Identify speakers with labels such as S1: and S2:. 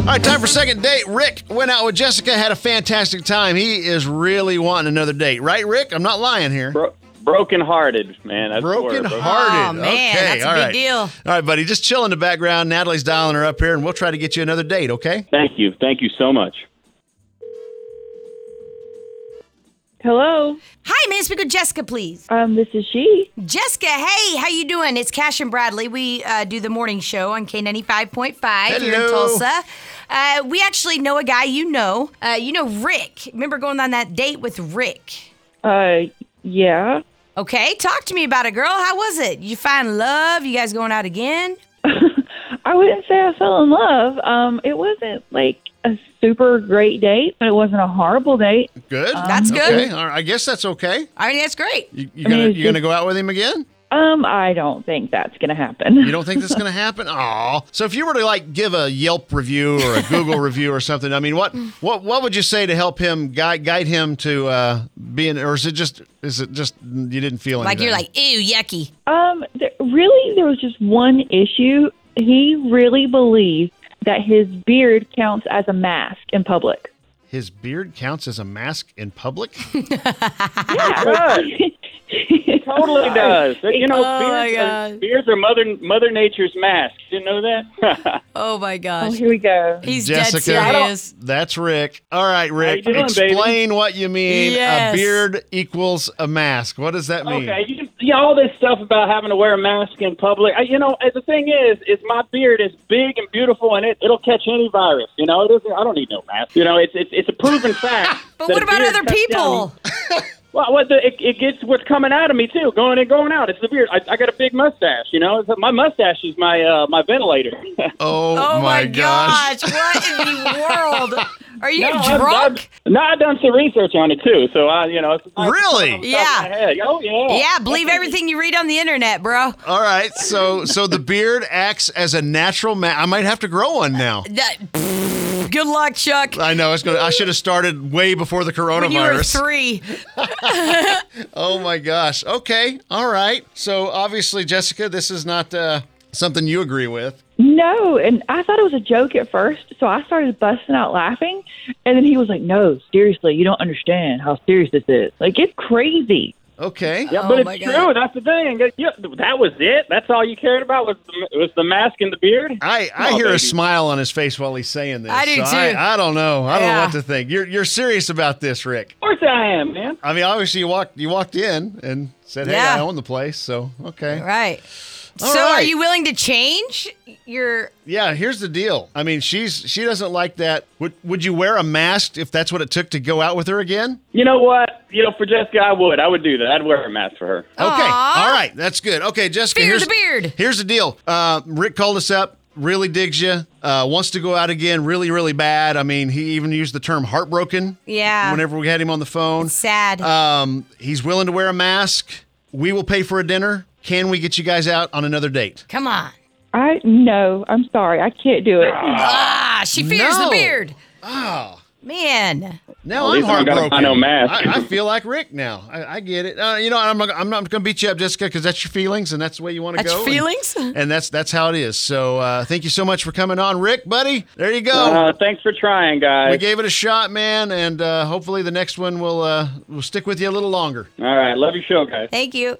S1: All right, time for second date. Rick went out with Jessica, had a fantastic time. He is really wanting another date, right, Rick? I'm not lying here.
S2: Bro- broken hearted, man. That's the word,
S1: Broken
S3: Oh,
S1: hearted.
S3: man,
S1: okay,
S3: that's a
S1: all
S3: big
S1: right.
S3: deal.
S1: All right, buddy, just chill in the background. Natalie's dialing her up here, and we'll try to get you another date, okay?
S2: Thank you. Thank you so much.
S4: Hello,
S3: Hi, may I speak with Jessica, please?
S4: um, this is she.
S3: Jessica, hey, how you doing? It's Cash and Bradley. We uh, do the morning show on K ninety five point five here in
S1: Hello.
S3: Tulsa. Uh, we actually know a guy you know. Uh, you know Rick. Remember going on that date with Rick?
S4: Uh, yeah.
S3: Okay, talk to me about it, girl. How was it? You find love? You guys going out again?
S4: I wouldn't say I fell in love. Um, it wasn't like a super great date, but it wasn't a horrible date.
S1: Good.
S3: That's good.
S1: Okay. All right, I guess that's okay.
S3: I mean, that's great.
S1: You, you
S4: I mean,
S1: gonna
S4: it's
S1: you gonna
S4: just-
S1: go out with him again?
S4: Um, I don't think that's gonna happen.
S1: You don't think this is gonna happen? Aw. So if you were to like give a Yelp review or a Google review or something, I mean, what what what would you say to help him guide guide him to uh, being, or is it just is it just you didn't feel
S3: Like you're
S1: anything?
S3: like, ew, yucky.
S4: Um, there, really, there was just one issue. He really believed that his beard counts as a mask in public.
S1: his beard counts as a mask in public?
S4: Yeah,
S2: Totally does. You know,
S3: Oh, my
S2: beards, are,
S3: God.
S2: beards are mother Mother Nature's mask. You know that?
S3: Oh my
S4: Oh,
S3: gosh.
S4: here we go.
S3: He's
S1: Jessica,
S3: dead serious.
S1: That's Rick. All right, Rick.
S2: you doing, baby?
S1: explain what you mean.
S3: Yes.
S1: A beard equals a mask. What does that mean?
S2: okay. You, yeah, all this stuff about having to wear a mask in public. I, you know, and the thing is, is my beard is big and beautiful, and it it'll catch any virus. You know, it doesn't, I don't need no mask. You know, it's it's, it's a proven fact.
S3: But
S2: that
S3: what
S2: a
S3: about
S2: beard
S3: other
S2: cuts down-
S3: people?
S2: Well, what the, it, it gets what's coming out of me too, going in, going out. It's the beard. I, I got a big mustache, you know. It's- My mustache is my uh, my ventilator.
S1: Oh,
S3: Oh,
S1: my, gosh.
S3: What in the world? Are you
S2: I've done-
S3: drunk?
S2: no, I've done some research on it too, so I, you know, it's
S1: Really?
S2: it's off my head. Oh yeah.
S3: Yeah, believe everything you read on the internet, bro.
S1: All right. So so the beard acts as a natural mask. I might have to grow one now.
S3: That, good luck, Chuck.
S1: I know it's gonna. I should have started way before the
S3: When you were
S1: coronavirus.
S3: three,
S1: Oh my gosh. Okay. All right. So obviously, Jessica, this is not uh, something you agree with.
S4: No, and I thought it was a joke at first, so I started busting out laughing, and then he was like, "No, seriously, you don't understand how serious this is. Like, it's crazy."
S1: Okay.
S2: Yeah,
S3: Oh,
S2: but
S3: my
S2: it's
S3: God.
S2: true. That's the thing. That- yeah, that was it. That's all you cared about was the, was the mask and the beard.
S1: I, I
S2: Come on,
S1: hear a
S2: baby.
S1: smile on his face while he's saying this.
S3: I do
S1: so
S3: too.
S1: I, I don't know. I don't know
S3: Yeah.
S1: what to think. You're you're serious about this, Rick.
S2: Of course I am, man.
S1: I mean, obviously you walked you walked in and said, "Hey,
S3: Yeah.
S1: I own the place." So okay,
S3: right?
S1: All
S3: so, are
S1: right.
S3: you willing to change your?
S1: yeah. Here's the deal. I mean, she's she doesn't like that. Would would you wear a mask if that's what it took to go out with her again?
S2: You know what? You know, for Jessica, I would. I would do that. I'd wear a mask for her.
S1: Okay,
S3: Aw.
S1: all right, that's good. Okay, Jessica,
S3: Fear
S1: here's
S3: the beard.
S1: Here's the deal. Uh, Rick called us up. Really digs you. Uh, wants to go out again. Really, really bad. I mean, he even used the term heartbroken.
S3: Yeah.
S1: Whenever we had him on the phone.
S3: Sad.
S1: Um, he's willing to wear a mask. We will pay for a dinner. Can we get you guys out on another date?
S3: Come on.
S4: I no, I'm sorry, I can't do it.
S3: Ah, she fears
S1: No.
S3: the beard.
S1: Oh,
S3: Man,
S1: now
S2: At
S1: I'm
S2: least I don't gotta
S1: heartbroken.
S2: buy no mask.
S1: I, I feel like Rick now. I, I get it. Uh, you know, I'm not, I'm not going to beat you up, Jessica, because that's your feelings and that's the way you want to
S3: that's
S1: go. and-
S3: feelings.
S1: And, that's that's how it is. So uh, thank you so much for coming on, Rick, buddy. There you go.
S2: Uh, thanks for trying,
S1: Oh. we
S2: guys.
S1: gave it a shot, man, and uh, hopefully the next one will uh, will stick with you a little longer.
S2: All right, love your show, guys.
S3: Thank you.